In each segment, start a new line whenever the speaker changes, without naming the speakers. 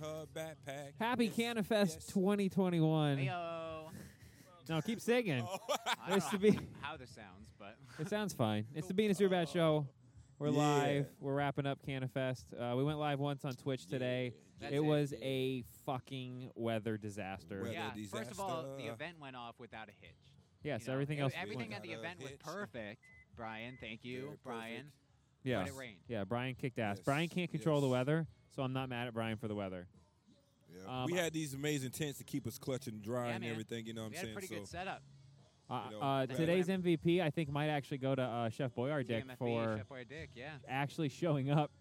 her backpack.
Happy Canifest 2021.
Heyo.
No, keep singing.
Oh,
Oh.
I
Nice
don't
to
know
be-
how this sounds, but
It sounds fine. It's the Bean and Superbad show. We're
Yeah.
live. We're wrapping up Canifest. Uh, we went live once on Twitch today.
That's
it
it.
was a fucking weather disaster.
Weather.
yeah.
Disaster.
First of
uh,
all, the event went off without a hitch.
Yes,
You know,
everything
it-
else.
Everything
went-
at the
Without a
event was
hitch.
perfect. Brian, thank you,
Very
Brian.
perfect.
yes.
it rained.
Yeah, Brian kicked ass.
Yes,
Brian can't control the
yes.
weather, so I'm not mad at Brian for the weather.
Yeah.
Um,
we had these amazing tents to keep us clutch and dry
Yeah,
and
man.
everything. You know what
we
I'm
had a
saying?
pretty
so
good setup.
Uh,
You know,
uh,
That's
today's
what I'm-
MVP, I think, might actually go to uh, Chef Boyardee
TMFB,
for
Chef Boyardee, yeah.
actually showing up.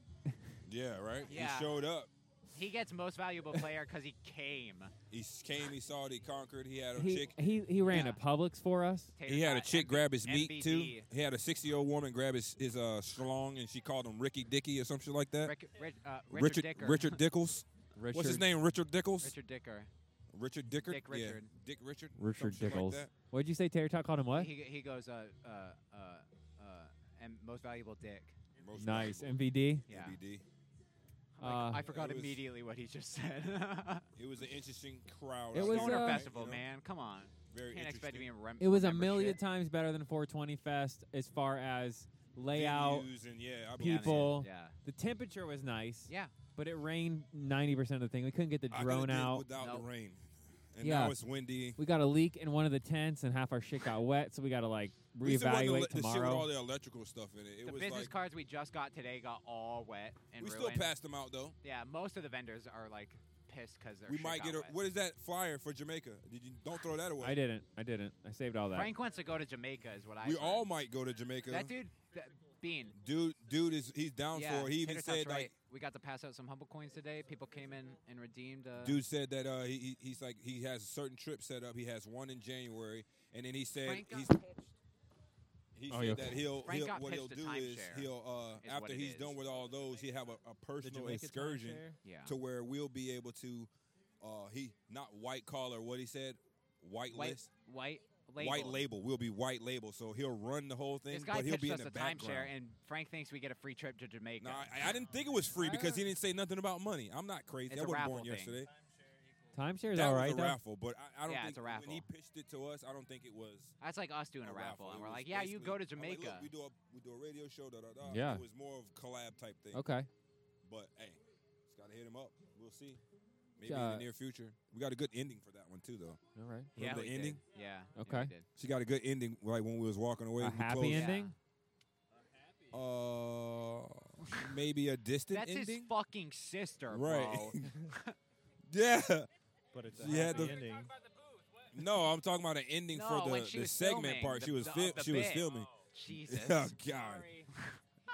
yeah, right.
Yeah.
He showed up.
He gets most valuable player because he came.
He s- came. He saw. it, He conquered. He had a
He,
chick.
he he ran
Yeah.
a Publix for us.
He had a
uh,
chick grab his meat
MVD.
too. He had a 60 year old woman grab his his uh, schlong and she called him Ricky Dicky or some shit like that.
Rick, Rich, uh, Richard, Dicker.
Richard Dickles. What's his name? Richard Dickles.
Richard Dicker.
Richard Dickard.
Dick
Yeah,
Richard.
Dick Richard.
Richard
some shit like
Dickles.
that.
What'd you say? Terry Talk called him what?
He, he goes, uh, uh, uh, uh, and most valuable dick.
Most
Nice.
valuable.
MVD.
Yeah.
MVD.
I'm like,
Uh,
I forgot
It was-
immediately what he just said.
It was an interesting crowd.
It
out
was,
there,
Stoner
uh,
Festival,
you know?
man. Come on.
Very
Can't expect to be
interesting.
in rem-
It was a
remember
million
shit.
times better than 420 Fest as far as layout,
Venues and yeah, I believe it.
people.
Yeah.
The temperature was nice.
Yeah.
But it rained 90% of the thing. We couldn't get the
I could've
drone
did
out.
without
Nope.
the rain. And
Yeah.
now it's windy.
we got a leak in one of the tents, and half our shit got wet, so we got to like
At least it wasn't
reevaluate
the, the shit with all
tomorrow.
the electrical stuff in it. It
The
was
business
like
cards we just got today got all wet and
we still
ruined.
passed them out though.
Yeah, most of the vendors are like pissed because they're.
We might get a, what is that flyer for Jamaica? Did you don't throw that away?
I didn't. I didn't. I saved all that.
Frank wants to go to Jamaica, is what I.
We
heard.
all might go to Jamaica.
That dude, that Bean.
dude, dude is he's down
Yeah,
for. it. He even
Tater Top's
said
right.
like
we got to pass out some humble coins today. People came in and redeemed. Uh,
Dude said that uh, he, he- he's like he has a certain trip set up. He has one in January, and then he said
Frank got
he's,
pitched.
he
Oh,
said
yeah.
that he'll,
Frank
he'll
got
what he'll
pitched a
do is
timeshare,
he'll
is
uh,
what
after
it
he's
is.
done with all those, he'll have a, a personal
Jamaica
excursion
timeshare?
Yeah.
to where we'll be able to uh, he not white collar what he said white,
White,
list
white label.
white label we'll be white label so he'll run the whole thing
This guy
but he'll
pitched
be in
us
the
a timeshare,
background.
and Frank thinks we get a free trip to Jamaica.
no, I, I didn't think it was free because he didn't say nothing about money. I'm not crazy.
It's
I
a
wasn't
raffle
born
thing.
yesterday.
Timeshare's
That
all
was
right.
a
though.
raffle, but I, I don't
Yeah,
think
it's a raffle.
when he pitched it to us, I don't think it was
That's like us doing a, raffle, and
It
we're
was
like, "Yeah, you
basically- I'm
go to
like,
Jamaica."
"Look, we do a we do a radio show. Da, da, da.
Yeah.
It was more of collab type thing.
Okay.
But hey, just gotta hit him up. We'll see. Maybe in
Uh,
the near future. We got a good ending for that one too, though.
All right.
yeah,
Remember
we
the ending?
Did. Yeah. yeah,
Okay.
we did.
She got a good ending, like when we was walking away.
A
we
happy
closed.
ending?
Uh, maybe a distant
That's
ending.
his fucking sister,
Right.
bro.
yeah.
But it's a
She had
happy
the-
ending.
No, I'm talking about an ending
No,
for
when
the,
she
the
was
segment
filming,
part.
the-
she was
the-
fil-
the
she was
bit.
filming.
Jesus.
Oh God.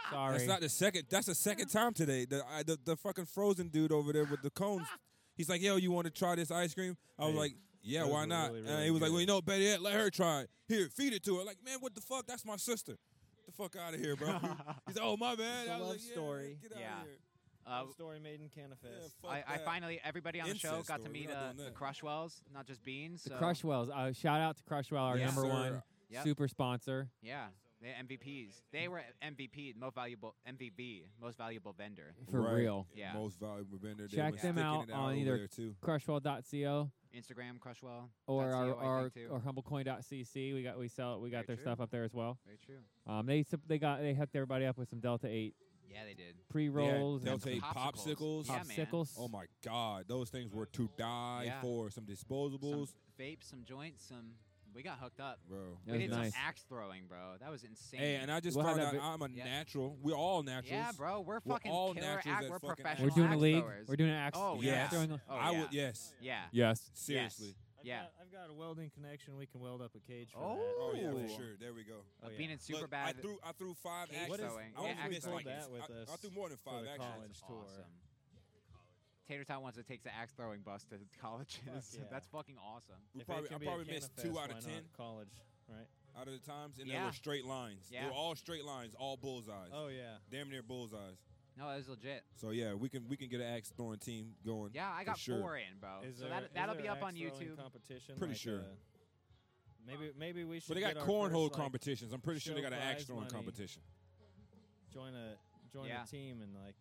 Sorry.
That's not the second. That's the second time today. The, I, the the fucking frozen dude over there with the cones. He's like, "Yo, you want to try this ice cream?" I was
Hey,
like, "Yeah,
those
why
were
not?"
really,
and
really
he was like,
good.
"Well, you know, better yet, let her try it. Here, feed it to her." Like, man, what the fuck? That's my sister. Get the fuck out of here, bro.
Uh,
He's like, "Oh my bad."
It's a
I was
love
like, yeah,
story.
Get out
Yeah.
of here.
Uh,
story made in Canifest.
Yeah, fuck
I, I
that.
finally, everybody on the show
Incest
got to
story. We're
meet
not
uh,
doing
the
that.
Crushwells, not just Beans.
The
so-
Crushwells. Uh, shout out to Crushwell, our
Yes,
number
sir.
one
Yep.
super sponsor.
Yeah, they MVPs. They were MVP, most valuable MVP, most valuable vendor.
For
Right.
real.
Yeah.
Most valuable vendor. They
Check
was
them
sticking
out
it
on
over
either
there, too.
crushwell.co
Instagram Crushwell.
or
That's
our,
you, I
our
think, too.
or humblecoin.cc. We got we sell we got
Very
their
true.
stuff up there as well.
Very true.
Um, they sup- they got they hooked everybody up with some Delta Eight
Yeah, they did.
pre rolls.
Delta
and
Hey, 8 popsicles.
Yeah, man.
popsicles.
Oh my God, those things were to die
Yeah.
for. Some
Some
disposables,
vapes, some joints, some. We got hooked up.
bro.
That
we
was
did
nice.
some axe throwing, bro. That was insane.
Hey, and I just
We'll have
found
that
out
vi-
I'm a
Yeah.
natural. We're all naturals.
yeah, bro, we're fucking
all
killer
naturals
act.
at
We're
fucking axe.
professional
We're doing a
axe
league.
throwers.
We're doing an axe.
Oh,
yeah.
yes.
Throwing a-
Oh,
I
yeah.
would. Yes.
yeah.
yes.
Seriously.
I've
Yeah.
Got, I've got a welding connection. We can weld up a cage for
Oh.
that.
Oh yeah, for
Ooh.
sure. There we go.
Oh, yeah.
Being in super
Look,
bad.
I threw I threw five
Cage
actions.
throwing.
I
Yeah,
only
axe
missed
throwing.
like
That with
I, I
us
threw more than
for
five
the
actions.
college.
That's
tour.
awesome. Tater Tot wants to take the axe throwing bus to colleges.
Fuck yeah.
That's fucking awesome.
We
If it
probably
can
I
be at
probably missed
Canifest,
two out
why
of
not
ten
at College, right?
out of the times, and they
Yeah.
were straight lines. They
Yeah.
were all straight lines, all bullseyes.
Oh yeah.
Damn near bullseyes.
No, that was legit.
So yeah, we can we can get an axe throwing team going.
Yeah, I
for
got
sure.
four in, bro.
Is
so
there-
that,
is
that'll
there
be
an
up on
axe throwing
YouTube.
Competition.
Pretty
like,
sure.
uh, maybe maybe we should.
But they got
get our
cornhole
first, like,
competitions. I'm pretty sure they
show
got an axe
prize
throwing
money.
competition.
join a join
Yeah.
a team and like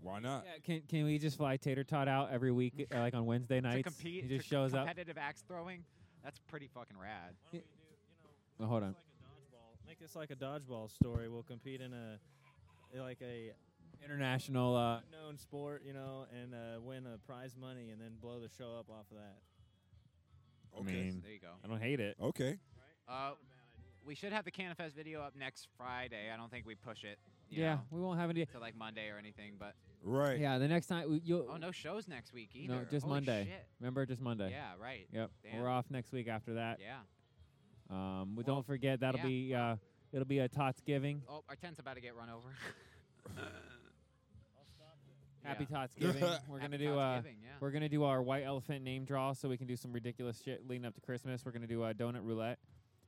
Why not?
Yeah, can can we just fly Tater Tot out every week, uh, like on Wednesday
to
nights?
compete.
he just
to
shows up.
competitive axe throwing. That's pretty fucking rad.
Why
Yeah.
don't we do, you know,
Oh, hold
Uh.
on.
make this Like a dodgeball. Make this like a dodgeball story. We'll compete in a like a
Uh.
International. Uh,
unknown sport, you know, and uh, win a prize money, and then blow the show up off of that.
Okay.
mean-
There you go.
I don't hate it.
Okay.
Uh, we should have the Canifest video up next Friday. I don't think we push it. You
yeah,
know,
we won't have any.
to like Monday or anything, but
Right.
Yeah, the next time we, you'll
oh, no shows next week either.
No, just
Holy
Monday.
shit.
remember just Monday.
Yeah, right.
Yep.
Damn.
We're off next week after that.
Yeah.
Um, we
Well,
don't forget that'll
yeah.
be uh, it'll be a Tots giving.
Oh, our tent's about to get run over.
Happy
Yeah.
Tots giving. We're gonna
Happy
do uh,
Thanksgiving, yeah.
we're gonna do our white elephant name draw, so we can do some ridiculous shit leading up to Christmas. We're gonna do a donut roulette,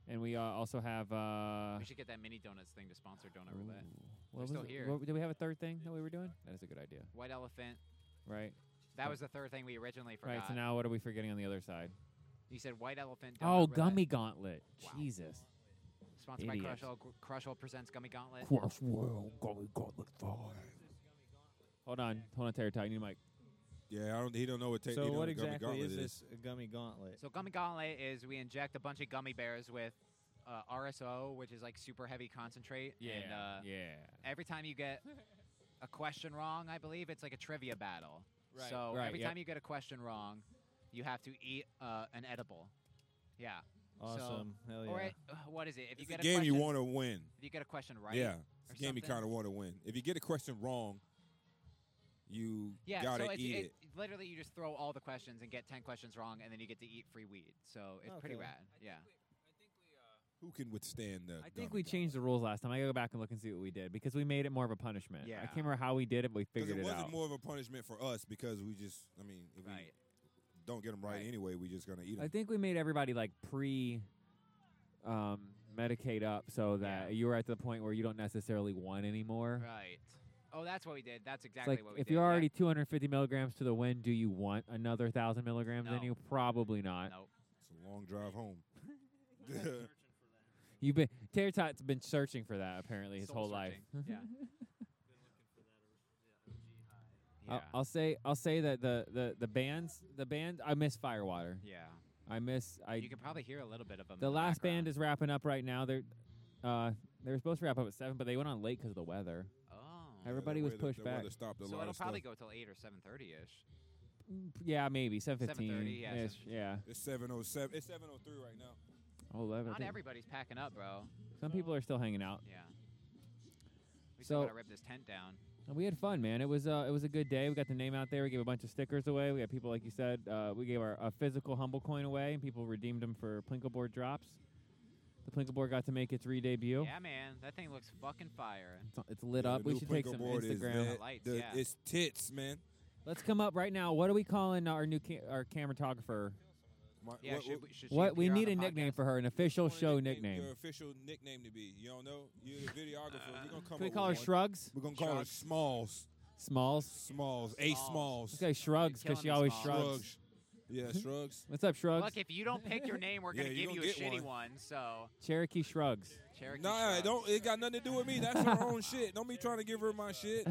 and we uh, also have uh,
we should get that mini donuts thing to sponsor Donut
ooh,
Roulette.
what was
still
it?
here.
What- did we have a third thing that we were doing? That is a good idea,
White elephant.
right?
That was the third thing we originally forgot.
Right. So now what are we forgetting on the other side?
you said white elephant. Donut
Oh,
Roulette.
gummy gauntlet.
Wow.
Jesus.
Sponsored by
Idiot.
Crush All. Gr- Crush All presents Gummy Gauntlet.
Cross world gully gauntlet five.
Hold on, hold on, Terry. Tight, you need a mic.
Yeah, I don't. He don't know what. Ta-
So
he don't
what
know Gummy
exactly
Gauntlet eh?
is this gummy gauntlet?
So Gummy Gauntlet is we inject a bunch of gummy bears with uh, RSO, which is like super heavy concentrate. And, uh,
yeah.
every time you get a question wrong, I believe it's like a trivia battle.
Right.
So
Right,
every
yep.
time you get a question wrong, you have to eat uh, an edible. Yeah.
Awesome,
Oh,
hell yeah!
Or it, uh, what is it? If you
It's
get
a game you
question-
want to win.
if you get a question right.
Yeah, it's a
or
game you
something.
kind of want to win. If you get a question wrong, you
Yeah,
gotta
so it's,
eat it.
it- Literally, you just throw all the questions and get ten questions wrong, and then you get to eat free weed. So it's pretty
Okay.
rad. Yeah.
Who can withstand the?
I think we changed the rules last time. I gotta go back and look and see what we did because we made it more of a punishment. I
Yeah.
can't remember how we did it, but we
because
figured
it
it,
wasn't
out.
more of a punishment for us because we just. I mean, if we
Right.
don't get them right,
Right.
anyway, we just gonna eat
I
them.
think we made everybody like pre um, medicate up so that you were at the point where you don't necessarily want anymore.
Right. Oh, that's what we did. That's
It's
exactly
like
what we
if
did.
you're
yeah.
already 250 milligrams to the win, do you want another thousand milligrams? Then
No.
you probably not.
Nope.
It's a long drive home.
You've been Terry Tot's been searching for that apparently his
Soul
whole life.
searching. Yeah.
I'll, I'll say I'll say that the the the bands the band I miss Firewater.
yeah.
I miss I
Yeah. You can probably hear a little bit of them. in
The last band
background.
is wrapping up right now. They're uh, they were supposed to wrap up at seven, but they went on late because of the weather.
Oh.
Every- Everybody
The
was
weather-
pushed
the
back.
weather stopped a
so
lot
it'll
of stuff.
probably go till eight or seven thirty ish.
Yeah, maybe seven fifteen.
7:30, yeah,
ish, yeah.
It's seven oh seven. It's seven oh three right now.
Oh, 11, I
Not
think.
everybody's packing up, bro.
Some people are still hanging out.
Yeah. We still
So-
gotta rip this tent down.
And we had fun, man. It was uh, it was a good day. We got the name out there. We gave a bunch of stickers away. We got people like you said. Uh, we gave our a physical humble coin away, and people redeemed them for Plinkle board drops. The Plinkle board got to make its re debut.
Yeah, man. That thing looks fucking fire.
It's, it's lit
Yeah,
up.
the
We
new
should take
Plinko
some
board is
Instagram.
that-
Lights,
the-
yeah.
It's tits, man.
Let's come up right now. What are we calling our new ca- our cameratographer?
My-
Yeah.
what-
should,
what-
we, should she
What we
appear on
need
the
a nickname
podcast?
for her, an official
what
show
your
nickname.
Your official nickname to be. You don't know. You're the
Uh,
videographer. We're gonna come.
Can we
up
call her
with one.
Shrugs?
We're gonna call her Smalls.
Smalls.
Smalls. A Smalls.
Let's go Shrugs
You're
because she
killing me,
always
Smalls.
shrugs.
Shrugs. Yeah, shrugs.
What's up, Shrugs?
Look, if you don't pick your name, we're
Yeah,
gonna
you
give you
don't
a
get
shitty
one.
one. So
Cherokee Shrugs.
Cherokee.
Nah,
Shrubs.
it don't. It got nothing to do with me. That's her own shit. Don't be trying to give her my shit.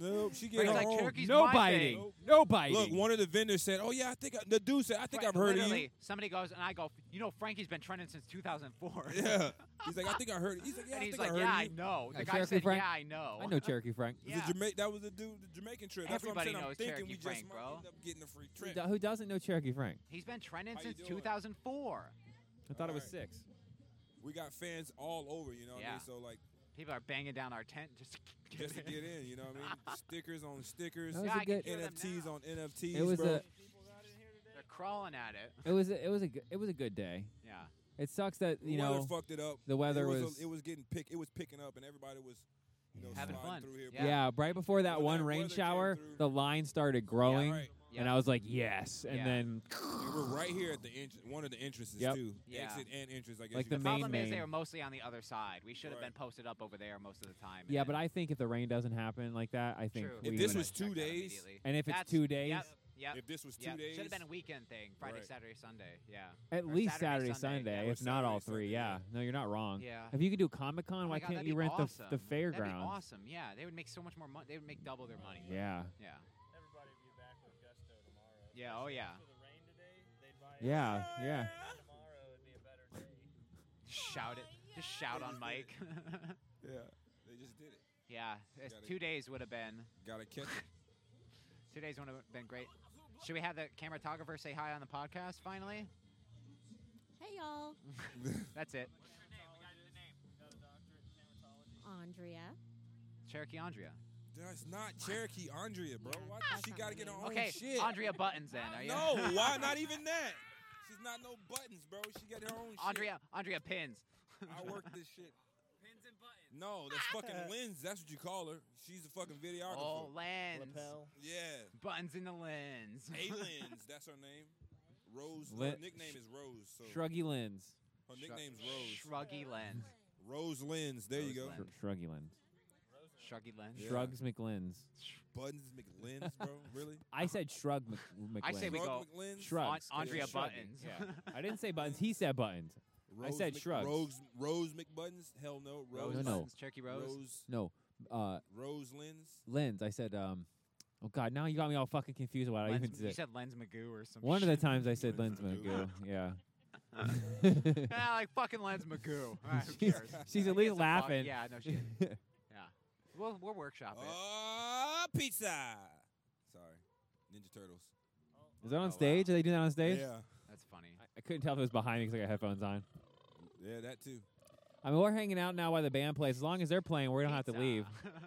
nope, she
But
get
it's
her
like
own.
Cherokee's
no
my
biting.
thing.
No biting.
Look, one of the vendors said, "Oh yeah, I think I, the dude said I think
Fra-
I've heard of you."
literally, Somebody goes and I go, you know, Frankie's been trending since 2004.
Yeah, he's like, "I think I heard." It. He's like, "Yeah, I
and he's
think
like,
I heard
yeah,
of
I
you."
know. The
Hey,
guy
Cherokee
said,
Frank?
yeah, I know.
I know Cherokee Frank.
The
Yeah.
Jama- that was the dude, the Jamaican trip. That's
Everybody
what I'm saying. I'm
knows
thinking
Cherokee
we just
Frank,
might
bro.
end up getting a free
Who
trip.
do- Who doesn't know Cherokee Frank?
He's been trending
How you
since
doing?
2004.
I thought it was
Alright.
six.
We got fans all over, you know what I
Yeah.
mean? So like,
People are banging down our tent just to get
just to
in.
get in, you know what I mean? Stickers on stickers,
That was a
Yeah, I can
good-
hear them
NFTs
now.
on NFTs.
It was
bro.
a
They're crawling at it.
it was a, it was a good, it was a good day.
Yeah.
It sucks that
The
you
weather
know
fucked it up.
the weather
it was, a-
was-
it was getting pick. It was picking up, and everybody was, you know,
Having
sliding
fun.
through here.
Yeah.
yeah. right before that
When
one
that
rain
weather came
shower
through-
the line started growing
Right.
Yeah.
and I was like yes and
Yeah.
then
And we're right here at the entr- one of the entrances
Yep.
too.
Yeah.
Exit and entrance, I guess.
Like
you
the
could
main-
say.
Problem is, they
main.
were mostly on the other side. We should have
Right.
been posted up over there most of the time. and
yeah
then-
but I think if the rain doesn't happen like that I think
True.
we
If this
would-
was two
Checked out
days,
immediately.
and if it's
That's-
two days
Yep. Yep.
If this was two
Yeah,
days,
should have been a weekend thing. Friday,
Right.
Saturday, Sunday. Yeah.
At
Or
least Saturday,
Saturday, Sunday.
Sunday,
Yeah,
if
or
not all
Saturday,
three.
Sunday,
yeah.
yeah.
No, you're not wrong.
Yeah.
If you could do Comic Con,
Oh
why
my God,
can't
that'd
you
be
rent
awesome.
the the
That'd be
fairgrounds?
awesome. Yeah, they would make so much more money. They would make double their money.
Yeah.
Yeah.
Everybody would be back with gusto tomorrow.
Yeah, oh,
Especially
yeah.
After the rain today, they'd buy it.
Yeah. Yeah.
Tomorrow would be a better day.
Shout it. Just shout on Mike.
Yeah, they just did it.
yeah. it's-
Gotta-
Two days would have been.
Gotta catch it.
Two days would have been great. Should we have the cameratographer say hi on the podcast finally?
Hey y'all,
That's it.
Andrea.
Cherokee Andrea.
That's not Cherokee Andrea, bro. Why
That's
she
not
gotta
her
get her
name.
own
okay,
shit?
Andrea Buttons then. Are you?
no, why not even that? She's not no buttons, bro. She got her own
Andrea, Andrea Pins.
shit. I work this shit. No, that's fucking lens. That's what you call her. She's a fucking videographer.
Oh, lens.
Lapel.
Yeah.
Buttons in the lens.
A lens, that's her name. Rose. her
Lit-
nickname is Rose. So
Shruggy Lens.
her
Shrug-
nickname's Rose.
Shruggy lens.
Rose Lens. There you
Rose
go.
Lens.
Shr- Shruggy Lens.
Shruggy lens.
Yeah.
Shrugs McLens.
Buttons McLens, bro. Really?
I said Shrug Mc- McLens.
I say we
Rose
go
McLens.
An-
Shrugs.
Andrea
Shruggy.
Buttons.
Yeah. I didn't say buttons. He said buttons.
Rose
said
Mc-
shrugs.
Rose, Rose McButtons? Hell no. Rose.
No, no.
Buttons, Cherokee Rose.
Rose.
No, uh,
Rose Lens.
Lens. I said. Um, oh God, now you got me all fucking confused. About what I
Lens-
even
you
said.
said Lens Magoo or something.
One of the times I said Lens
Lens
McGoo. Yeah.
ah, like fucking Lens Magoo. All right, who
she's,
cares?
she's
Who
at
gives a
least
fuck?
laughing.
Yeah, no shit. Yeah. We'll, we'll workshop it.
Ah, pizza. Sorry. Ninja Turtles.
Is that
Oh, wow.
on stage? Are they doing that on stage?
Yeah.
That's funny.
I, I couldn't tell if it was behind me because I got headphones on.
Yeah, that too.
I mean, we're hanging out now while the band plays. As long as they're playing, we don't have to
Pizza.
leave.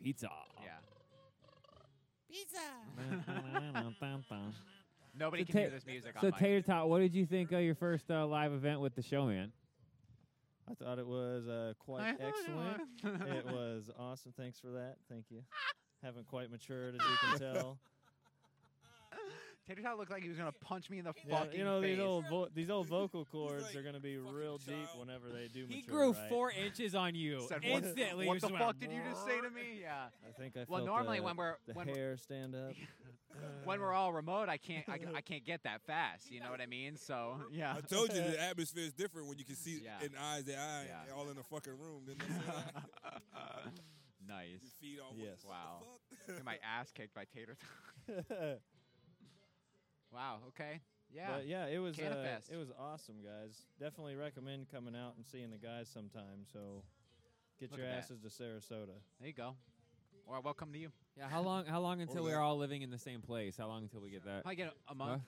Pizza.
yeah.
Pizza.
Nobody
So
can hear
Ta-
this music
so,
on mic.
Tater Tot, what did you think of your first uh, live event with the showman?
I thought it was uh, quite excellent. it was awesome. Thanks for that. Thank you. Haven't quite matured, as you can tell.
Tater Tot looked like he was gonna punch me in the
Yeah,
fucking
you know
face.
these old vo- these old vocal cords
like,
are going to be
"Fucking
real deep
child."
whenever they do mature.
He grew
right?
four inches on you
Said, what,
instantly.
what the fuck did you just say to me? Yeah.
I think I
Well,
felt
normally
the,
when we're
the
when,
hair stand up.
when we're all remote, I can't I, I can't get that fast. You know what I mean? So yeah.
I told you the atmosphere is different when you can see
Yeah.
in eyes to eye,
Yeah.
all in the fucking room. Didn't I say that?
nice.
Your feet all.
Yes.
Wow.
What
Get my ass kicked by Tater Tot.
but
Wow. Okay. Yeah.
yeah, it was uh,
Canifest.
it was awesome, guys. Definitely recommend coming out and seeing the guys sometime. So get
Look
your
at that.
asses to Sarasota.
There you go. Or welcome to you.
Yeah, how long? How long until
Over
we're
there.
all living in the same place? How long until we get that?
Probably get a, a month.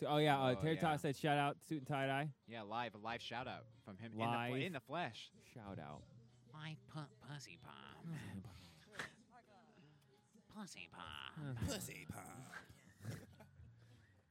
So, oh yeah, uh,
Oh,
Tater
yeah.
Tot said, "Shout out, suit and tie dye."
Yeah, live a live shout out from him in the,
Live.
fl- in the flesh.
Shout out.
My pu- pussy bomb. pussy bomb.
Pussy pop.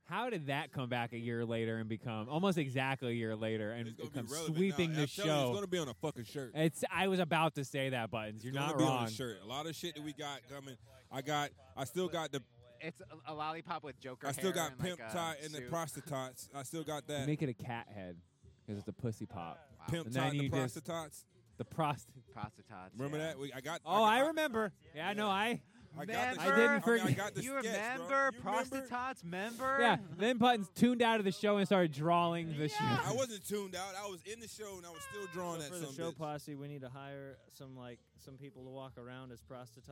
How did that come back a year later and become almost exactly a year later and
It's gonna
become
be relevant
sweeping
now.
the
I'm telling you,
show?
It's gonna be on a fucking shirt.
It's. I was about to say that, buttons. You're
It's gonna
not
be
wrong.
On a shirt. A lot of shit that we got coming. I got. I still got the.
It's a, a lollipop with Joker.
I still
hair
got
and, like,
pimp
a
tot and the
suit.
prostitutes. I still got
You
that.
Make it a cat head because it's a pussy pop.
Wow.
Pimp
And
tot
then
and the
you just-
prostitutes.
The prost.
prostitutes.
Remember
yeah.
that? We, I got.
Oh,
I,
I
got-
remember. Yeah, I know. I.
I got the
I didn't
I, mean, I
forget-
got the
you
sketch, bro.
remember
You
prostitutes? Member?
Yeah. Then buttons tuned out of the show and started drawing the
Yeah.
I
show.
wasn't tuned out. I was in the show and I was still drawing
So
that
for
some
the show
bitch.
posse, we need to hire some like some people to walk around as prostitutes.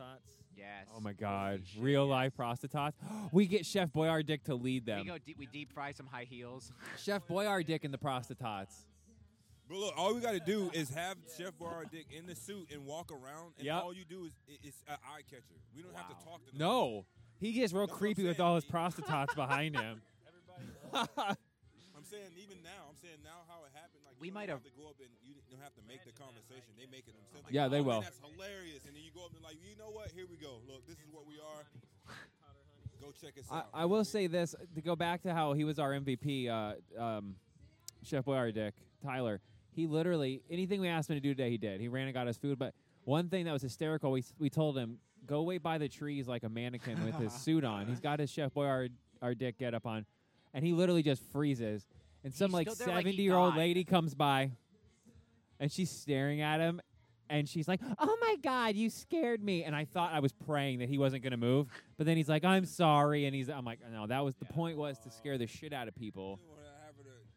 Yes.
Oh my God!
Holy shit,
Real
yes.
life prostitutes. we get Chef Boyardick to lead
We
them.
go. Deep, we deep fry some high heels.
Chef Boyardick and the prostitutes.
But look, all we got to do is have Chef Dick in the suit and walk around, and
Yep.
all you do is i- it's an eye catcher. We don't have to
Wow.
talk to them.
No, he gets real
That's what I'm
creepy with
saying.
all his prostitutes behind him.
I'm saying even now. I'm saying now how it happened. Like
We
you
might
don't
have-
to go up and you don't have to make the conversation. They make it themselves. Like,
Yeah, they
"Oh, man,
will.
That's hilarious. And then you go up and like, you know what? Here we go. Look, this is what we are. Go check us
I,
out.
I will say this uh, to go back to how he was our MVP, uh, um, Chef Boyardick, Tyler. He literally anything we asked him to do today, he did. He ran and got us food. But one thing that was hysterical, we s- we told him go wait by the trees like a mannequin with his suit on. He's got his Chef Boyardick get up on, and he literally just freezes. And some
He
like
stood there like he
seventy year old
died.
lady comes by, and she's staring at him. and she's like, "Oh my God, you scared me!" And I thought I was praying that he wasn't gonna move, but then he's like, "I'm sorry," and he's, I'm like, "No, that was the point was to scare the shit out of people."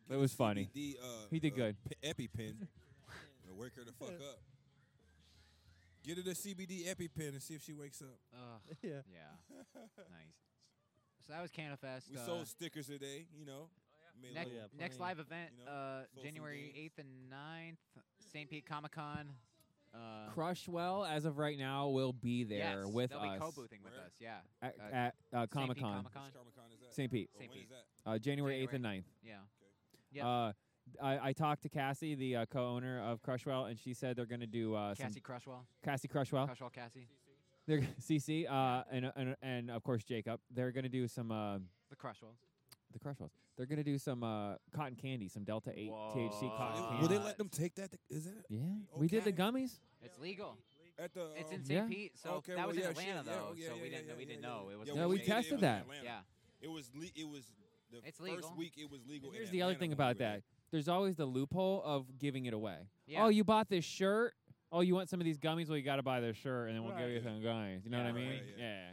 It was funny.
CBD, uh,
He did
uh,
good.
P- EpiPen. to wake her the fuck up. Get her the CBD EpiPen and see if she wakes up.
Ugh,
yeah.
yeah. Ah. nice. So that was CanaFest.
We
uh, Oh,
sold stickers today, you know. Made
Next,
a
yeah,
little-
next
plenty,
live event,
you know, sold
uh,
some
January
games.
8th and 9th, St. Pete Comic Con. Uh,
Crushwell, as of right now, will be there
yes,
with
they'll
us
be co-boothing with
Where?
us, yeah.
at,
uh,
at uh, Comic Con,
Comic-Con.
Which Comic Con is that?
St. Pete,
Or
St.
when
Pete.
is that?
uh, January eighth and 9th.
Yeah. Yeah.
Uh, I, I talked to Cassie, the uh, co-owner of Crushwell, and she said they're going to do uh,
Cassie
some
Crushwell.
Cassie Crushwell,
Crushwell Cassie.
they're gonna- CC, uh, and, and and of course Jacob. They're going to do some uh,
The Crushwells.
the Crushwells. They're going to do some uh, cotton candy, some Delta Eight THC
They-
cotton
Whoa.
Will
candy.
they let them take that? to- Is that
yeah, we did the
Okay.
gummies.
It's legal.
at the?
It's
um,
in St.
Yeah.
Pete, so
okay,
that
well,
was
yeah,
in Atlanta
shit, yeah,
though,
oh, yeah,
so
yeah,
we
yeah,
didn't
yeah,
we
yeah,
didn't
yeah,
know
yeah.
it was.
Yeah,
in
No, we
Atlanta.
it was in
tested that.
Atlanta.
Yeah,
It was le- it was the
It's
first
legal.
week. It was legal.
And
in
here's the other
Atlanta
thing
when
about
we were
that. There's always the loophole of giving it away.
yeah.
Oh, you bought this shirt. Oh, you want some of these gummies? Well, you got to buy this shirt, and then we'll give
Right.
you some gummies. You know
Yeah,
what I mean?
right,
yeah.
yeah.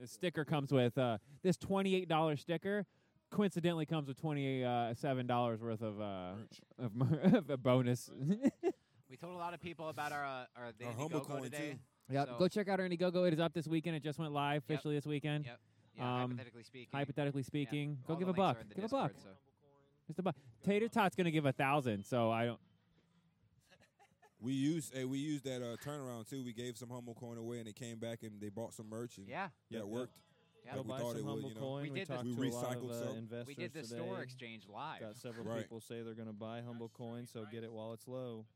The sticker comes with uh, this twenty-eight dollar sticker. Coincidentally, comes with twenty-seven dollars worth of uh,
Merch.
of, mer- of a bonus.
we told a lot of people about our uh, our, the
Our
Indiegogo
HomoCoin,
today.
too.
yep.
So-
Go check out our Indiegogo. It is up this weekend. It just went live officially this weekend.
Yep. Yeah,
Um,
hypothetically speaking.
Hypothetically
yeah,
speaking, go
all
give
the
a
links
buck.
are in the
Give a
Discord,
buck.
so-
Just a buck. Tater Tot's gonna give a thousand. So I don't.
We used hey, we used that uh, turnaround too. We gave some humble coin away, and they came back and they bought some merch, and
Yeah.
that
Yep, yep.
worked.
Yeah.
Go
we
buy
thought
some
it would,
humble
you know.
coin.
We
We,
did the
talked
We
to a lot
recycled
of uh,
some. We
investors
We did the
today.
store exchange live.
Got several
Right.
people say they're going to buy humble coins, so get it while it's low.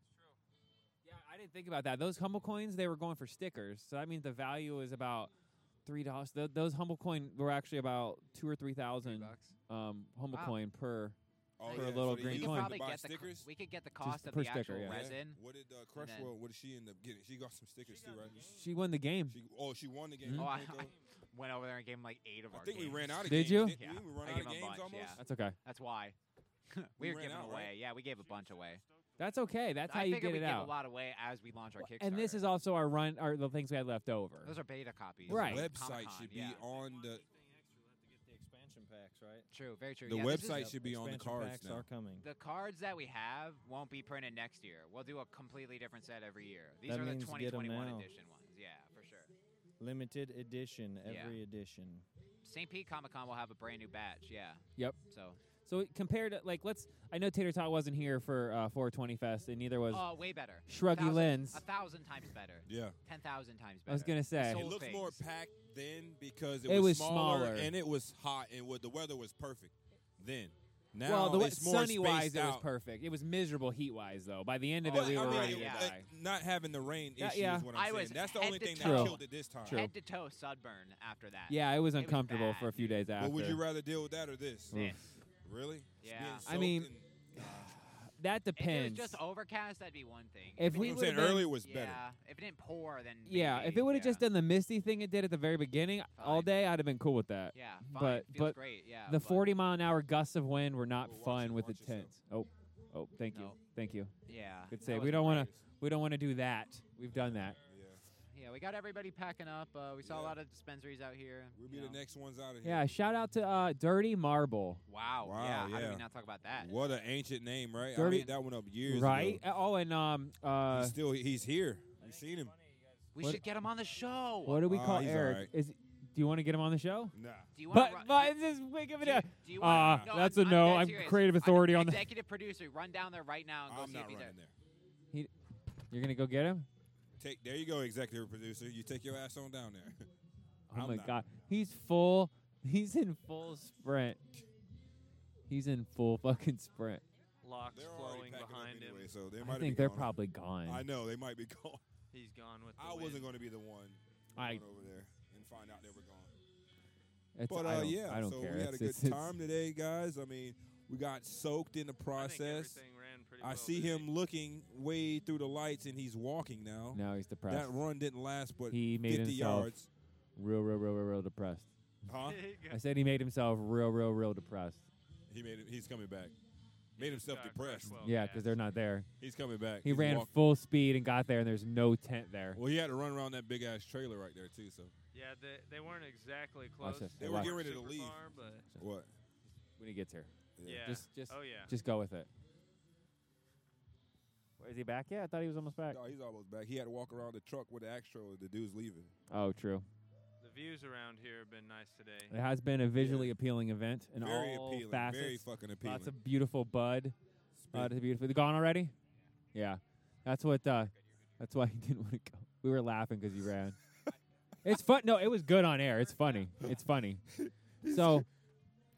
Yeah, I didn't think about that. Those humble coins, they were going for stickers, so that means the value is about three dollars. Th- those humble coin were actually about two or three thousand
bucks.
um, humble
Wow.
coin per.
Oh,
For a
yeah,
little
so they
green
We
used
could
it
coin.
to
probably
buy
get the, co-
stickers.
we could get the cost of
per
the
sticker,
actual
yeah.
Yeah.
resin.
What did uh,
and then-
Crushwell? What did she end up getting? She got some stickers too, right?
She won the game.
She oh she won the game.
Mhm.
Oh, I,
Pinko.
I went over there and gave him like eight of
I
our
think we
games.
ran out of
Did
games.
you?
Didn't
Yeah.
we? We
I
ran out
gave
of
'em a
games
bunch,
almost.
yeah.
That's okay.
That's why.
We
we were
ran
giving
out,
away.
right?
Yeah, we gave a bunch away.
That's okay. That's
I
how you
figure
get
we
it
give
out.
a lot away as we launch our Kickstarter.
and this is also our run, our the things we had left over.
Those are beta copies.
The
Right.
website
Comic-Con,
should be
yeah.
on the
The expansion packs, right?
True. Very true.
the
yeah, this is-
website should be on the
Expansion
cards
packs
now.
are coming.
The cards that we have won't be printed next year. We'll do a completely different set every year. These
That
are the
means get 'em
2021
now.
edition ones. Yeah, for sure.
Limited edition,
Yeah.
every edition.
St. Pete Comic Con will have a brand new batch. Yeah.
Yep.
So.
so compared to like, let's. I know Tater Tot wasn't here for uh, 420 Fest, and neither was.
Oh, way better.
Shruggy
thousand,
Lens.
A thousand times better.
Yeah.
Ten thousand times
I
better.
was gonna say.
It
Sold
looks more
things.
packed then because it,
It
was,
was
smaller,
smaller.
and it was hot and what the weather was perfect then. Now
well, the
it's more
sunny wise,
spaced
it was
out.
perfect. It was miserable heat wise though. By the end of
But,
it, we
I
were
mean,
ready
it-
to
yeah.
uh,
die.
Not having the rain
Yeah,
issue
yeah.
is what
I
I'm
was
saying. That's the
head
only
to
thing
toe.
that killed it this time.
True.
Head to toe sunburn after that.
Yeah, it was
It was
uncomfortable
bad,
for a few
dude.
days after.
But would you rather deal with that or this?
Oof.
This.
Really? Just
Yeah.
being
I
soaked
mean,
and-
That
If it was
depends.
just overcast, that'd be one thing.
If
That's
we
what I'm
would've
saying
been-
earlier was
yeah,
better.
if it didn't pour, then
Yeah, if
maybe,
it would have
yeah.
just done the misty thing it did at the very beginning all
Fine.
day, I'd have been cool with that.
Yeah, fine.
but-
feels
but
great. Yeah,
the
but
40 mile an hour gusts of wind were not
Well, watch
fun
it-
with the
watch yourself.
tents. Oh, oh, thank you,
No.
thank you.
Yeah,
Good
that
save. We
wasn't
don't want
great.
to. We don't want to do that. We've done that.
Yeah.
Yeah, we got everybody packing up. Uh, we saw a
Yeah.
lot of dispensaries out here.
We'll
you
be
know.
the next ones out of here.
Yeah. Shout out to uh, Dirty Marble.
Wow.
Wow,
yeah. How did
yeah.
we not talk about that?
What an ancient name, right? I
Dirty-
made that one up years
Right.
ago.
Uh, Oh, and um, uh,
he's still he's here. You seen him?
We
What-
should get him on the show.
what do we
Ah,
call
he's
Eric?
alright.
Is do you want to get him on the show?
Nah.
do you
But
want
but it's just we give it a.
do you
Ah,
wanna, no,
that's
I'm,
a
I'm
no.
dead
I'm
serious.
creative authority on the-
executive producer. Run down there right now and go
I'm
see
not
if he's
running
there.
there.
You're gonna go get him?
Take there you go, executive producer. You take your ass on down there.
Oh
I'm
my
not.
god, he's full. He's in full sprint. He's in full fucking sprint.
Locks
They're already
flowing
packing up
behind him.
anyway, so they might
I
have
think
been
they're
gone.
probably gone.
I know they might be gone.
He's gone with the
I
wind.
wasn't going to be the one
I-
going over there and find out they were gone.
It's-
But
I
uh,
don't-
yeah,
I don't
so
care.
we had a
It's-
good
it's- it's-
time today, guys. I mean, we got soaked in the
I think
process.
everything ran pretty
I
well
see
today.
him looking way through the lights, and he's walking now.
Now he's
that
depressed.
run didn't last, but
He made
50
himself
yards,
real, real, real, real, real depressed.
huh?
He got-
I said he made himself real, real, real depressed.
He made it. He's coming back. Made himself depressed.
Oh,
Yeah, because they're not there.
He's coming back.
He
He's
ran
walking.
full speed and got there, and there's no tent there.
Well, he had to run around that big ass trailer right there too. So
Yeah, they, they weren't exactly
Watch
close.
this.
They were
weren't
getting ready to
super
leave.
far, but
what?
When he gets here,
yeah.
just just
oh yeah.
just go with it. Where is he back? Yeah, I thought he was almost back.
No, he's almost back. He had to walk around the truck with the axe trailer. The dude's leaving.
Oh, true.
The views around here have been nice today.
It has been a visually appealing event in
very
all
appealing.
facets.
Very fucking appealing.
Lots of beautiful bud.
Spin.
Uh, to the beautiful. They gone already? Yeah. That's what. Uh, that's why he didn't want to go. We were laughing because he ran. it's fun. No, it was good on air. It's funny. It's funny. So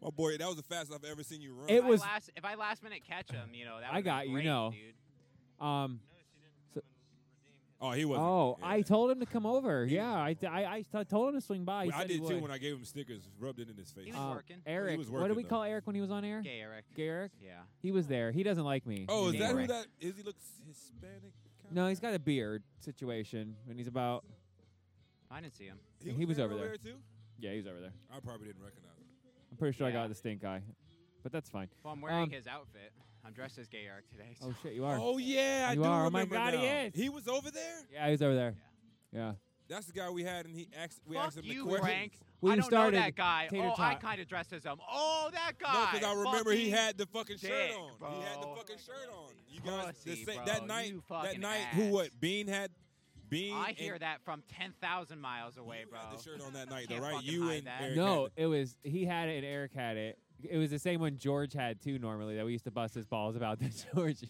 My boy, that was the fastest I've ever seen you run.
It
If I
was-
last, if I last minute catch him, you know that.
I
would've been
got you,
great,
no.
dude.
um,
Oh, he wasn't.
Oh,
Yeah.
I told him to come over.
He
Yeah, I, I, I t- told him to swing by. He
Well, I
said he
did too
would.
when I gave him Snickers, rubbed it in his face.
He was
Uh,
working.
Eric,
was
what did
working,
we
though.
call Eric when he was on air?
Gay Eric.
Gay Eric.
Yeah.
He was there. He doesn't like me.
oh, is that who
Eric.
that is? He looks Hispanic. kinda?
No, he's got a beard situation, and he's about.
I didn't see him.
he was over there.
too.
Yeah, he's over there.
I probably didn't recognize him.
I'm pretty sure I
Yeah.
got the stink eye, but that's fine.
Well, I'm wearing
Um,
his outfit. I'm dressed as Gay Eric today. So.
Oh shit, you are.
Oh yeah, I
You
do
are. Oh, my
remember
God, he
now.
is.
He was over there.
Yeah, he's over there. Yeah.
That's the guy we had, and he asked. We
Fuck
asked him the
you,
question.
Frank.
Well,
I
you
don't
started
know that guy.
tater
oh, I
tot.
kind of dressed as him. Oh, that guy.
No, because I remember he
Fucking
had the fucking shirt
dick,
on. He had the
bro.
fucking shirt on. You guys, the
Pussy,
same-
bro.
that night,
You
that
fucking
night, who
ass.
what? Bean had, Bean.
I
and-
hear that from 10,000 miles away,
you
bro.
Had the shirt on that night, though,
Can't
right?
fucking
You
hide
and
that.
Eric
No,
had
it was he had it and Eric had it. It was the same one George had too. Normally that we used to bust his balls about that George.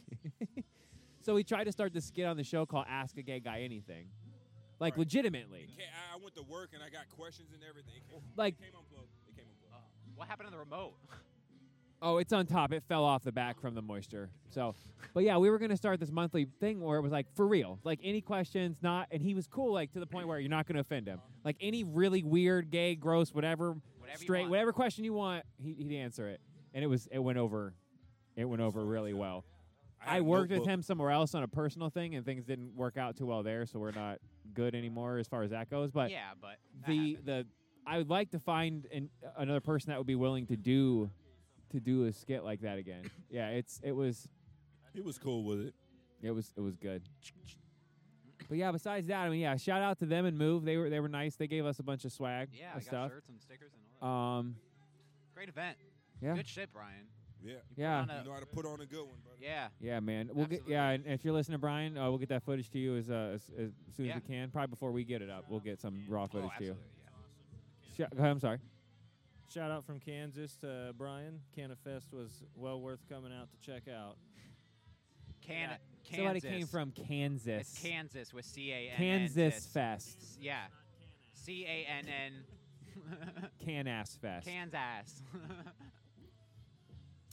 so we tried to start the skit on the show called "Ask a Gay Guy Anything," like
Right.
legitimately.
it. Okay, I- I went to work and I got questions and everything. It came,
Like-
it came unplugged. It came unplugged.
Oh, what happened to the remote?
Oh, it's on top. It fell off the back from the moisture. So, but yeah, we were gonna start this monthly thing where it was like for real, like any questions, not. And he was cool, like to the point where you're not gonna offend him. Like any really weird, gay, gross, whatever,
Whatever you
straight,
want.
whatever question you want, he, he'd answer it. And it was it went over, it went over really well.
had
I
a
worked with
notebook.
him somewhere else on a personal thing, and things didn't work out too well there, so we're not good anymore as far as that goes. But
yeah, but that
the
happened.
the I would like to find an, another person that would be willing to do to do a skit like that again. yeah, it's it was
He was cool with it.
it was it was good. But yeah, besides that, I mean, yeah, shout out to them and Move. They were they were nice. They gave us a bunch of swag
yeah, I
and
got
stuff.
shirts and stickers and all that.
Um,
Great event.
yeah.
Good shit, Brian.
Yeah.
You put
Yeah.
on
You
a-
know how to put on a good one, brother.
yeah.
Yeah, man. We'll get
Absolutely.
yeah, and if you're listening, Brian, uh, we'll get that footage to you as uh, as, as soon
Yeah.
as we can. Probably before we get it up, we'll get some raw
Oh,
footage to you.
absolutely. Yeah.
Sh- go ahead, I'm sorry.
Shout out from Kansas to Brian. Canna Fest was well worth coming out to check out.
Can- Kansas.
Somebody came from Kansas.
It's Kansas with C A N N.
Kansas Fest.
Yeah. C A N N.
Can-ass Fest.
Kansas.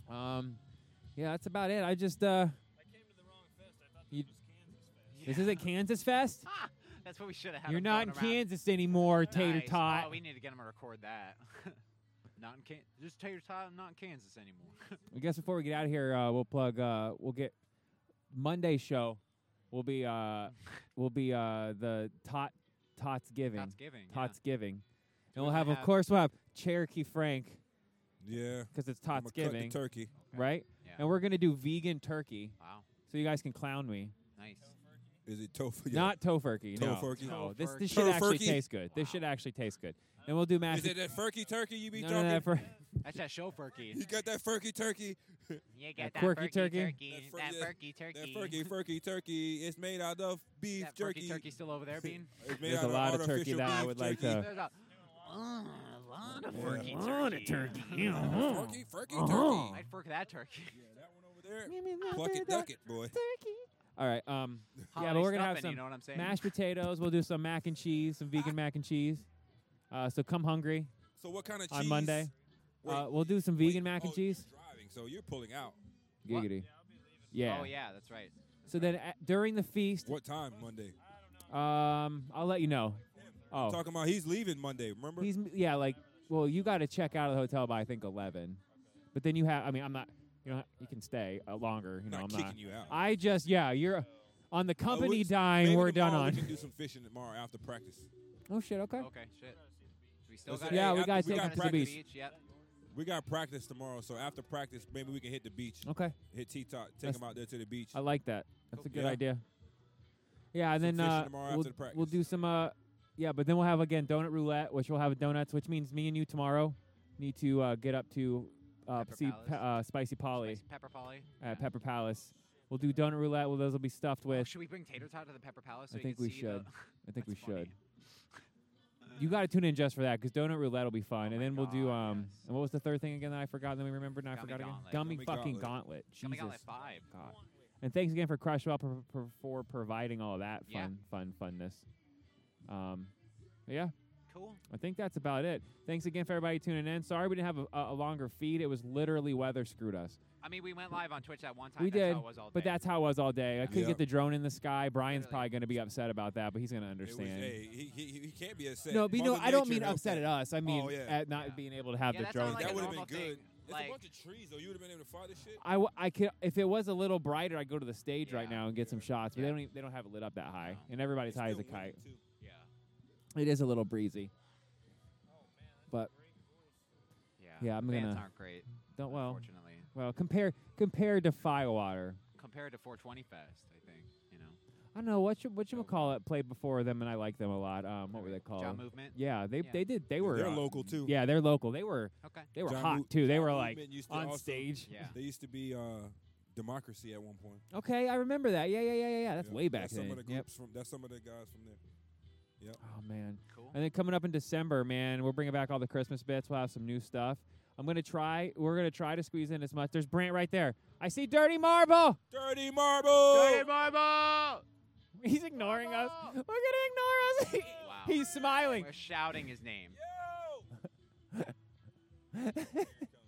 Um, yeah, that's about it. I just uh, You- this is a Kansas Fest.
Ah, That's what we should have had.
You're
him
not in
going around.
Kansas anymore, tater
Nice.
tot.
Oh, we need to get him to record that. not in Can- just tater tot, not in Kansas anymore.
I guess before we get out of here, uh, we'll plug. Uh, we'll get Monday's show. Will be uh, will be uh, the tot tots giving
Tots giving. yeah.
tots giving,
Do
and
we
we'll
wanna
have, of
have-
course we'll have Cherokee Frank
Yeah.
because it's
I'm
tots
gonna cut the
giving,
turkey.
right?
Yeah.
And we're gonna do vegan turkey,
Wow,
so you guys can clown me.
nice.
Is it tofu? Yeah.
Not tofurkey. No.
Tofurkey.
No, this
Tofurkey.
this should actually
Tofurkey?
taste good. This should actually taste good. And we'll do mashed.
Is it that furky turkey you be
no, no,
talking?
no, for-
That's that chauffeurkey.
You got that furky turkey?
You
That
get that
quirky
furky
turkey?
turkey.
That fur-
That
yeah,
furky turkey.
That furky, furky turkey. It's made out of beef
That
jerky.
furky turkey still over there, Bean?
It's made
There's
out
a
of
lot of turkey
artificial
that I
beef
would like
jerky.
to-
There's a, Mm, a lot of
Yeah.
furky turkey.
Furky, furky turkey.
Uh-huh.
I'd furk that turkey.
Yeah, that one over there. Pluck it, duck it, boy.
All right. Um, yeah,
Holiday
but we're gonna have
stuffing,
some
You know what I'm saying?
mashed potatoes. We'll do some mac and cheese, some vegan mac and cheese. Uh, so come hungry
So what kind of cheese?
on Monday.
Wait,
uh, we'll do some
wait,
vegan mac
oh,
and cheese.
You're driving, so you're pulling out.
What?
Giggity. Yeah.
Oh yeah, that's right.
So then at, during the feast,
What time Monday?
um, I'll let you know. Oh,
Talking about he's leaving Monday. Remember?
he's yeah, like well, you got to check out of the hotel by I think eleven, but then you have. I mean, I'm not. You know, you can stay uh, longer. You
I'm
know,
not
I'm
kicking
not.
you out.
I just yeah, you're on the
Uh,
company
we-
dime.
maybe
We're done
tomorrow
on.
We can do some fishing tomorrow after practice.
oh shit. Okay.
Okay, shit. We still
Listen,
got.
Yeah,
hey,
we
after-
gotta
we
take
got
him to the
practice.
beach.
Yep.
We got practice tomorrow, so after practice, maybe we can hit the beach.
Okay,
Hit T Tot, take
Oh. That's-
him out there to the beach.
I like that. That's a
Cool.
good
Yeah.
idea. Yeah, and
Some
then
fishing
uh,
tomorrow
we'll,
after the
we'll
practice.
do some. Uh, yeah, but then we'll have again donut roulette, which we'll have donuts, which means me and you tomorrow need to uh, get up to uh,
Pepper
see
Palace.
pe- uh, spicy Polly
Spicy Pepper Polly.
at Pepper Palace. We'll do donut roulette. Well, those will be stuffed
Oh,
with.
should we bring Tater Tot to the Pepper Palace? So
I think
you
we
can see the-
should. I think we
That's funny.
should. You got to tune in just for that because donut roulette will be fun, and
Oh my
then we'll do
God,
um.
yes.
And what was the third thing again that I forgot? And then we remembered. And I
Gummy
forgot again.
gauntlet.
Gummy,
Gummy
fucking
gauntlet.
gauntlet. Jesus.
Coming out at five.
God. And thanks again for Crush Well for, for, for providing all that
Yeah.
fun, fun, funness. Um, yeah,
Cool.
I think that's about it. Thanks again for everybody tuning in. Sorry we didn't have a, a longer feed. It was literally weather screwed us,
I mean, we went live on Twitch that one time.
We
that's
did,
How it was all
but
day.
that's how it was all day. I couldn't
Yeah.
get the drone in the sky. Brian's
Literally.
probably going to be upset about that, but he's going to
It was-
understand.
hey, he, he, he can't be upset.
no, but you know,
Mother
I don't
Nature
mean
helped
upset
that.
at us. I mean
Oh, yeah.
at not
Yeah.
being able to have
Yeah,
the
that's not
drone.
like
that
a
would have
normal
been good.
thing.
It's
Like-
a bunch of trees, though. You would have been able to find this shit.
I, w- I could if it was a little brighter, I'd go to the stage right
Yeah.
now and get some
Yeah.
shots. But they
Yeah.
don't even, they don't have it lit up that high,
No.
and everybody's
It's
high as
still
a kite.
windy, too.
Yeah.
It is a little breezy.
Oh,
But
Yeah.
Yeah, I'm
Fans
gonna-
aren't great.
don't well
Unfortunately,
well compare compare to Firewater.
compared to 420 Fest, I think you know.
I don't know what you what you
Oh,
would call it. Played before them, and I like them a lot. Um, what were they called?
Job movement.
Yeah, they
Yeah.
they did they were
They're
uh,
local too.
Yeah, they're local. They were
Okay.
they were
John
hot
Mo-
too. They
John
were
Movement
like
used to
on
also-
stage.
Yeah.
They used to be uh, democracy at one point.
Okay, I remember that. Yeah, yeah, yeah, yeah. yeah. That's
Yeah.
way back
that's
then.
Some of the
Yep.
groups from that's some of the guys from there.
Oh man.
Cool.
And then coming up in December, man, we're bringing back all the Christmas bits. We'll have some new stuff. I'm gonna try. We're gonna try to squeeze in as much. There's Brant right there. I see Dirty Marble.
Dirty Marble.
Oh! He's ignoring us. We're gonna ignore us.
Wow.
He's smiling.
We're shouting his name.
Yo!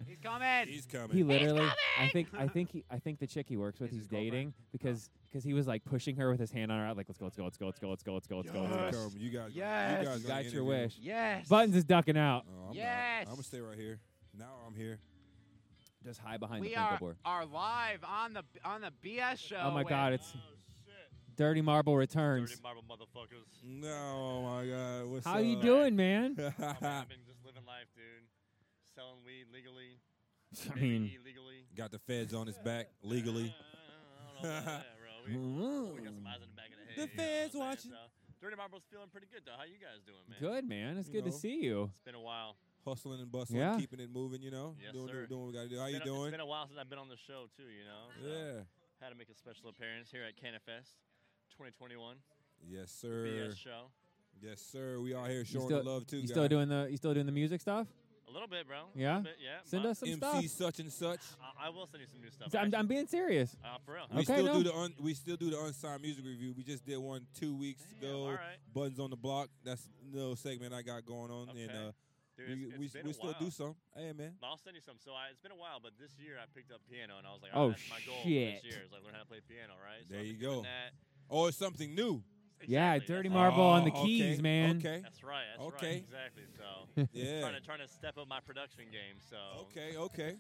He's coming.
He's coming.
He literally, I think, I think he, I think the chick he works with,
Is
he's Oh.
his girlfriend?
dating because because he was like pushing her with his hand on her, out, like let's go, let's go, let's go, let's go, let's go, let's go, let's go. Let's go.
Come, You guys,
Yes.
you guys
You
gonna
got your
interview
wish.
yes.
Buttons is ducking out.
him. Oh, I'm
Yes.
I'm gonna stay right here. Now I'm here.
Just hide behind
We
the
are,
pinko board.
are live on the on the BS show.
Oh my
with-
God, it's Dirty Marble returns.
Dirty marble motherfuckers.
No, oh my God. What's
How
up?
you doing, man?
Oh, man, I've been just living life, dude. Selling weed legally,
I mean,
maybe illegally.
Got the feds on his back legally.
I don't know about that, bro. We,
Mm-hmm.
we got some eyes in the back of the
The
head. you know what
feds
I'm saying?
watching.
So, Dirty Marble's feeling pretty good, though. How you guys doing, man?
good man. It's
You
good to
know.
see you.
It's been a while.
Hustling and bustling,
Yeah.
keeping it moving. You know,
Yes,
doing,
sir.
doing what we gotta do. How
It's
you
been a-
doing?
It's been a while since I've been on the show, too, you know? So,
Yeah.
Had to make a special appearance here at Canifest 2021.
Yes, sir.
BS show.
Yes, sir. We out here
You
showing
still-
the love too.
You
guys.
still doing the you still doing the music stuff?
A little bit, bro. A
Yeah?
little bit, yeah.
Send
but
us some
MC
stuff.
such and such.
I, I will send you some new stuff.
So I'm,
actually.
I'm being serious.
uh, for real.
We
Okay,
still
no.
do the un- we still do the unsigned music review. We just did one two weeks
Damn,
ago.
all right.
Buttons on the block. That's the little segment I got going on, and
Okay.
uh,
Dude,
we
it's-
we,
it's been
we
a
still
while.
do some. Hey man,
But I'll send you some. So I, it's been a while, but this year I picked up piano, and I was like,
Oh,
oh, that's my goal for
shit.
this year is like learn how to play piano, right? So
There
I've
you
been doing
go.
that.
oh it's something new.
Yeah,
Exactly,
Dirty
that's-
Marble on the
Oh,
keys,
okay,
man.
Okay,
That's right. That's
Okay.
right. Exactly. So
yeah.
trying to trying to step up my production game. So
Okay, okay.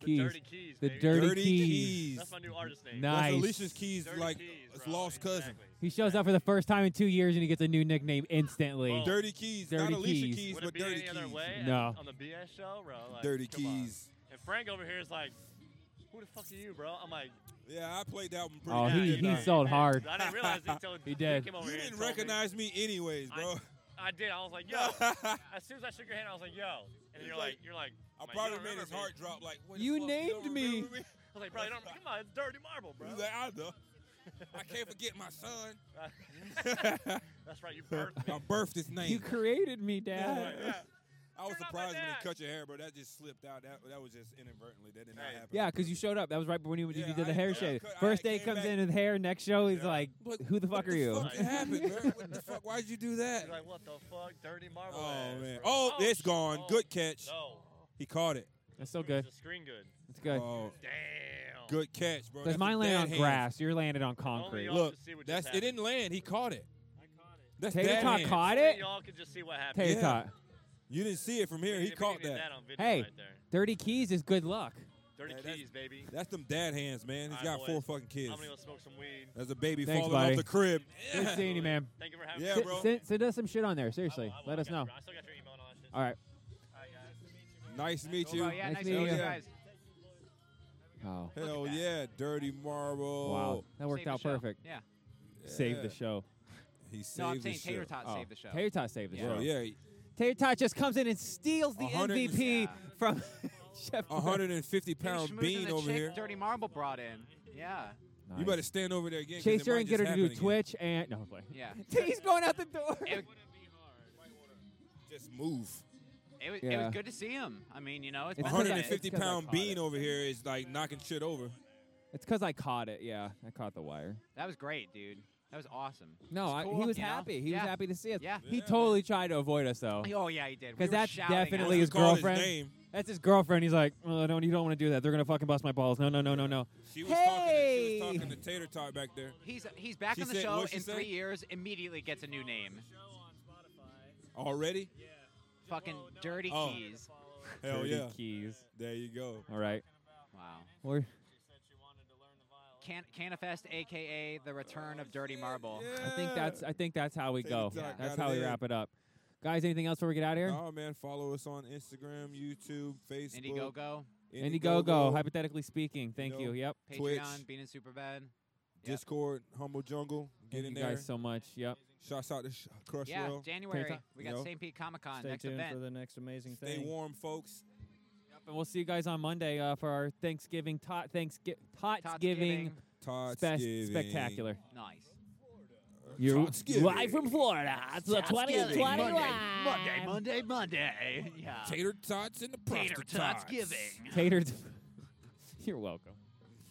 the
Keys.
dirty keys.
The
baby.
Dirty Keys.
That's my new artist name.
Nah.
That's
Nice.
Alicia's keys,
Dirty
like
keys,
it's
bro.
lost cousin.
Exactly.
He shows up for the first time in two years and he gets a new nickname instantly.
Oh.
Dirty keys,
Dirty
not Alicia
Keys.
keys,
Would
but
it be
dirty
any other
keys.
way?
No.
On the BS show, bro. Like,
Dirty
come on.
keys.
And Frank over here is like, who the fuck are you, bro? I'm like,
Yeah, I played that one pretty.
Oh, he
good.
he
night.
sold
man,
hard.
I didn't realize it until
He did.
Came over
You
here and
didn't
told me.
recognize me anyways,
I-
bro.
I did. I was like, yo. as soon as I shook your hand, I was like, yo. And you're like, you're like,
I
I'm like,
probably
you don't
made
remember
his
me.
heart drop. Like what the
You
fuck, don't
named me.
remember
I was like, bro, you don't, come on, it's dirty marble, bro.
He's like, I know. I can't forget my son.
That's right, you birthed me.
I birthed his name.
You created me, Dad.
Yeah. I was
Turn off my
surprised when he
dad.
cut your hair, bro. That just slipped out. That, that was just inadvertently. That did not
Hey.
happen.
Yeah, because you showed up. That was right when you,
Yeah,
you did the
I-
hair
yeah,
shave.
cut- I
First day
came
comes
back-
in with hair. Next show, he's
Yeah.
like,
Like,
who the
what
fuck are you?
Fuck happened, bro? What the fuck? Why'd you do that?
You're like, what the fuck, dirty marble?
Oh
ass,
man.
bro.
Oh, it's
sh-
gone.
oh,
Good catch.
No.
He caught it.
That's so
Is
good.
the screen good?
It's good.
Oh,
Damn.
good catch, bro.
Because
That's
mine
a
landed
dad
on
hand.
grass. You're landed on
Only
concrete.
y'all
Look,
can see what
That's
just
it. Didn't land. He caught it.
I caught it.
That's
Tater
dad
Tot
hand.
caught
Only
it?
y'all can just see what happened.
Yeah.
Tater Tot.
You didn't see it from here.
We
He
need- we
caught
need
that.
that on video
Hey.
right there.
Dirty keys is good luck.
Dirty
Yeah, that's-
keys, baby.
That's them dad hands, man. He's
All right,
got four
boys.
fucking kids.
I'm gonna go smoke some weed.
That's a baby
Thanks,
falling
buddy.
off the crib.
Good seeing you, man.
Thank you for having
Yeah,
me.
S-
bro.
Send, send us some shit on there.
I will,
Seriously.
I will,
Let
I
us
got you,
know.
bro. I still got your email and all that shit.
All right.
All right, guys. Nice to meet
Nice to meet
you, man.
you.
Well, yeah,
Nice
nice,
meeting
meeting
you.
you guys.
Oh,
Hell
that.
yeah, Dirty Marble.
wow, that worked
Saved the
out
show.
perfect.
Yeah.
Saved
Oh. Yeah.
the show.
He saved
No, I'm
the
saying Tater
show.
Tot
Oh.
saved the show.
Tater Tot saved the
Yeah.
show.
Bro, yeah,
Tater Tot just comes in and steals the
A hundred and-
MVP
Yeah.
from Chef.
a hundred and fifty
He was
pound
schmoozing
bean
the
over
chick
here.
Dirty Marble brought in. Yeah.
You better stand over there again. 'cause
chase
it
her
might
and
just
get her to do
happen again.
Twitch and no. I'm playing.
Yeah.
He's going out the door.
It,
Just move.
it, was, it
Yeah.
was good to see him. I mean, you know, it's
It's
A
because I-
been a
hundred
minute.
and fifty
it's 'cause I
pound
caught
bean
it.
over here is like knocking shit over.
It's because I caught it. Yeah, I caught the wire.
That was great, dude. That was awesome.
No,
It's
I, he
cool,
was
you know?
happy. He
Yeah.
was happy to see us.
Yeah.
He
Yeah,
totally tried to avoid us though.
Oh yeah, he did. We
'Cause
were
that's
shouting at
definitely
him.
his
We called
girlfriend?
His name.
That's his girlfriend. He's like, oh, no, you don't want to do that. They're gonna fucking bust my balls. No, no, no, no, no.
She was, talking to, she
Hey!
was talking to Tater Tot back there.
He's he's back
She
on the
said-
show
what'd she
in
say?
three years. Immediately gets a new name.
Already?
Fucking dirty
Oh.
keys.
Hell
Dirty
yeah.
Keys.
There you go.
All right.
Wow.
We're
Can Canifest, aka the return of Dirty Marble.
I think that's I think that's how we
Take the
go.
duck
That's
outta
how we
there.
wrap it up. Guys, anything else before we get out of here?
Oh man, follow us on Instagram, YouTube, Facebook,
Indiegogo,
Indiegogo, hypothetically speaking. Thank
You know,
you. Yep.
Patreon,
Twitch.
being in Superbad. Yeah.
Discord, Humble Jungle. Get
Thank
in
you
there.
guys so much. Yep.
Shouts out to Sh- Crush
Yeah,
Row.
January.
Tata.
We
You
got
know.
St. Pete Comic Con
Stay
Ah, next
tuned
event.
for the next amazing
Stay
thing.
warm, folks.
And we'll see you guys on Monday uh, for our Thanksgiving tot Thanksgiving
Tots-giving.
Tots-giving
Todd's Uh,
spe- spectacular.
Nice.
You're
Tots-giving.
live from Florida. It's the 20th, 20
Monday, Monday, Monday. Yeah.
Tater Tots and the
Tater
Prostitutes.
Tots giving.
Tater. You're welcome.